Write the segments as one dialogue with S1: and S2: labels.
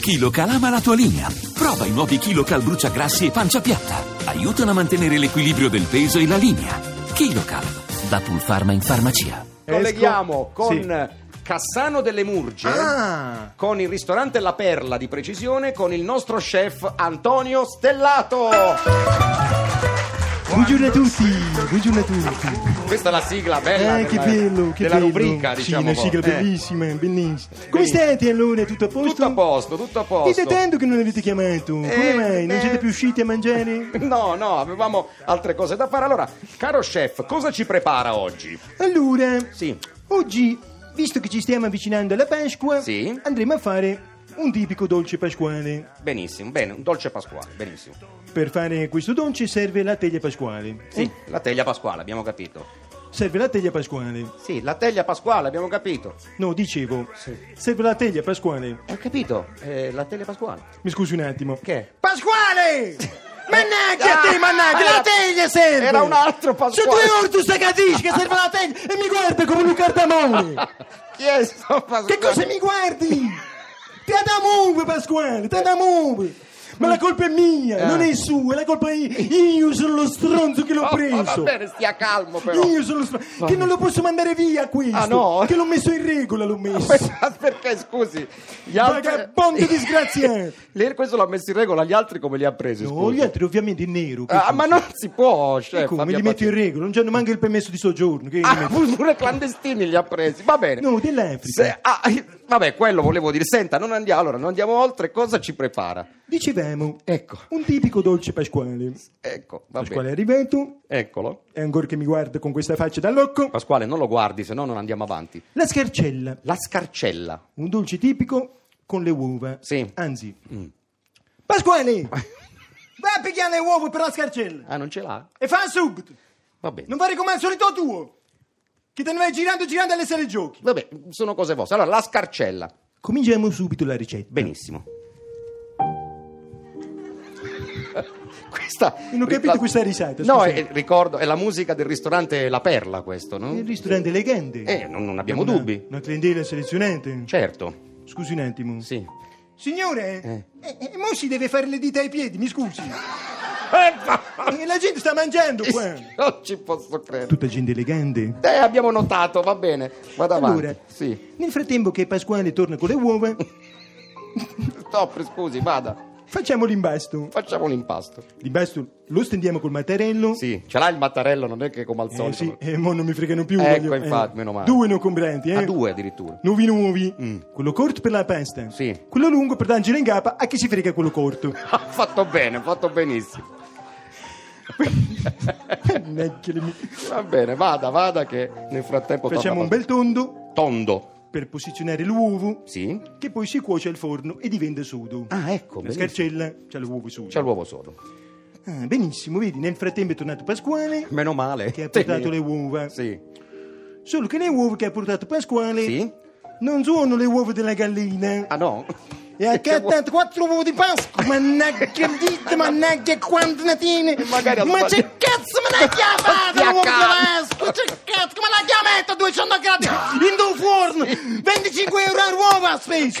S1: KiloCal ama la tua linea. Prova i nuovi KiloCal bruciagrassi e pancia piatta. Aiutano a mantenere l'equilibrio del peso e la linea. KiloCal, da Pulpharma in farmacia.
S2: Colleghiamo con
S3: Sì.
S2: Cassano delle Murge,
S3: Ah.
S2: con il ristorante La Perla di precisione, con il nostro chef Antonio Stellato.
S3: Buongiorno a tutti, buongiorno a tutti.
S2: Questa è la sigla bella
S3: Eh, che
S2: della,
S3: bello, che
S2: della
S3: bello.
S2: rubrica,
S3: Sì,
S2: diciamo.
S3: una sigla
S2: Eh,
S3: bellissima, bellissima. Come state allora? Tutto a posto?
S2: Tutto a posto, tutto a
S3: Dite
S2: posto.
S3: tanto che non avete chiamato. Come
S2: Eh,
S3: mai? Non
S2: eh.
S3: siete più usciti a mangiare?
S2: No, no, avevamo altre cose da fare. Allora, caro chef, cosa ci prepara oggi?
S3: Allora,
S2: Sì.
S3: oggi, visto che ci stiamo avvicinando alla Pasqua,
S2: Sì.
S3: andremo a fare un tipico dolce pasquale.
S2: Benissimo, bene, un dolce pasquale, benissimo.
S3: Per fare questo dolce serve la teglia pasquale.
S2: Sì,
S3: Eh?
S2: la teglia pasquale, abbiamo capito.
S3: Serve la teglia pasquale.
S2: Sì, la teglia pasquale, abbiamo capito.
S3: No, dicevo, serve la teglia pasquale.
S2: Ho capito, eh, la teglia pasquale.
S3: Mi scusi un attimo.
S2: Che?
S3: Pasquale! Mannaggia
S2: Ah,
S3: te, mannaggia,
S2: era-
S3: la teglia serve!
S2: era un altro Pasquale.
S3: Sono due ore tu stai capisci che serve la teglia e mi guarda come un cardamone!
S2: Chi è sto pasquale?
S3: che cosa mi guardi? Te da muove, Pasquale, te da muove! Ma la colpa è mia,
S2: Eh.
S3: non è sua, la colpa è io, sono lo stronzo che l'ho
S2: Oh,
S3: preso!
S2: va bene, stia calmo però.
S3: Io sono lo stronzo, che non lo posso mandare via questo!
S2: Ah, no?
S3: Che l'ho messo in regola, l'ho messo!
S2: Aspetta, Perché scusi, gli altri...
S3: Vagabondo disgraziato!
S2: Lei questo l'ha messo in regola, gli altri come li ha presi?
S3: No,
S2: scusi?
S3: gli altri ovviamente in nero. che
S2: Ah,
S3: sono.
S2: ma Eh, non si può, chef.
S3: Ecco, me
S2: abbia
S3: li metto in
S2: pazienza.
S3: regola, non hanno manco il permesso di soggiorno. Che
S2: Ah, pure clandestini li ha presi, va bene.
S3: No, dell'Africa.
S2: Se- ah, vabbè, quello volevo dire. Senta, non andiamo, allora, non andiamo oltre, cosa ci prepara?
S3: Dicevamo,
S2: Ecco.
S3: un tipico dolce pasquale.
S2: Ecco, va
S3: Pasquale
S2: bene.
S3: è arrivato,
S2: Eccolo.
S3: e ancora che mi guarda con questa faccia da locco,
S2: Pasquale, non lo guardi, se no non andiamo avanti.
S3: la scarcella,
S2: La scarcella.
S3: un dolce tipico con le uova.
S2: Sì. Mm.
S3: Anzi, Pasquale, vai a pigliare le uova per la scarcella
S2: Ah, non ce l'ha?
S3: e fa subito.
S2: Va bene.
S3: Non fare come al solito tuo, che te ne vai girando girando alle sale giochi.
S2: Vabbè, sono cose vostre. Allora, la scarcella.
S3: Cominciamo subito la ricetta.
S2: Benissimo. questa...
S3: Non ho capito
S2: la-
S3: questa risata,
S2: No,
S3: scusate.
S2: è- ricordo, è la musica del ristorante La Perla, questo, no?
S3: È un ristorante elegante.
S2: Eh, non, non abbiamo
S3: Una-
S2: dubbi.
S3: Una clientela selezionante.
S2: Certo,
S3: Scusi un attimo.
S2: sì.
S3: Signore,
S2: Eh.
S3: eh, eh, mo si deve fare le dita ai piedi, mi scusi.
S2: Eh, ma-
S3: Eh, la gente sta mangiando qua.
S2: Non ci posso credere.
S3: Tutta gente elegante.
S2: Eh, abbiamo notato, va bene. Vado avanti.
S3: Allora,
S2: Sì.
S3: nel frattempo che Pasquale torna con le uova,
S2: Stop, scusi, vada.
S3: facciamo l'imbasto.
S2: Facciamo l'impasto.
S3: L'imbasto lo stendiamo col mattarello.
S2: Sì, ce l'ha il mattarello, non è che come al
S3: Eh,
S2: solito.
S3: sì, eh, mo non mi fregano più.
S2: Ecco,
S3: voglio-
S2: infatti, meno male.
S3: Due non compranti, eh.
S2: A due addirittura.
S3: Nuovi nuovi.
S2: Mm.
S3: Quello corto per la pasta.
S2: Sì.
S3: Quello lungo per dargelo in gapa a chi si frega quello corto.
S2: Ha fatto bene, ha fatto benissimo.
S3: Mannaggia le mie-
S2: Va bene, vada, vada che nel frattempo torna
S3: Facciamo un bel tondo
S2: tondo.
S3: per posizionare l'uovo.
S2: Sì?
S3: che poi si cuoce al forno e diventa sodo.
S2: Ah, ecco,
S3: La
S2: benissimo.
S3: scarcella c'ha le uova sude.
S2: C'è l'uovo solo.
S3: Ah, benissimo, vedi, nel frattempo è tornato Pasquale
S2: Meno male.
S3: che ha portato
S2: Sì.
S3: le uova.
S2: Sì.
S3: Solo che le uova che ha portato Pasquale
S2: Sì?
S3: non sono le uova della gallina.
S2: Ah no?
S3: E ha cattato quattro uova di Pasqua. Mannaggia, dite, mannaggia, quante ne tiene?
S2: magari ha
S3: Ma
S2: sbagliato.
S3: che cazzo me la chiamate
S2: Stia
S3: l'uovo di
S2: calmo.
S3: Pasqua? Che cazzo, come la chiamate a 200 gradi in un forno? 25 euro all'uovo ha speso.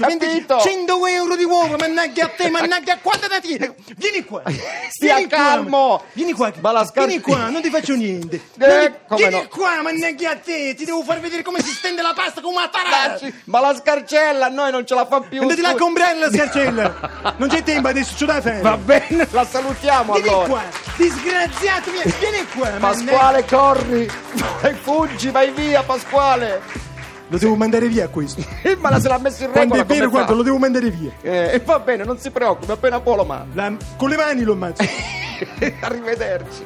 S3: 20
S2: Capito.
S3: 100 euro di uova, mannaggia a te, mannaggia, quante ne tiene? Vieni qua.
S2: Stia
S3: vieni qua.
S2: calmo.
S3: Vieni qua.
S2: Ma la scar-
S3: Vieni qua, non ti faccio niente.
S2: Eh,
S3: Vieni-
S2: come
S3: vieni
S2: no.
S3: qua, mannaggia a te, ti devo far vedere come si stende la pasta con una tarata.
S2: Dacci, Ma la scarcella a noi non ce la fa più.
S3: Andate là a
S2: scusi.
S3: comprare la scarcella! Non c'è tempo adesso, c'ho da fare!
S2: Va bene, la salutiamo
S3: Vieni
S2: allora.
S3: qua! Disgraziato mio! Vieni qua!
S2: Pasquale, corri! Vai, fuggi, vai via, Pasquale!
S3: mannaggia. Lo devo mandare via questo!
S2: Eh, Ma la se l'ha messo in
S3: Quando
S2: regola
S3: è vero,
S2: come fa?
S3: guarda, lo devo mandare via!
S2: Eh, e va bene, non si preoccupi, appena può lo manda.
S3: La- Con le mani lo ammazzo!
S2: Arrivederci.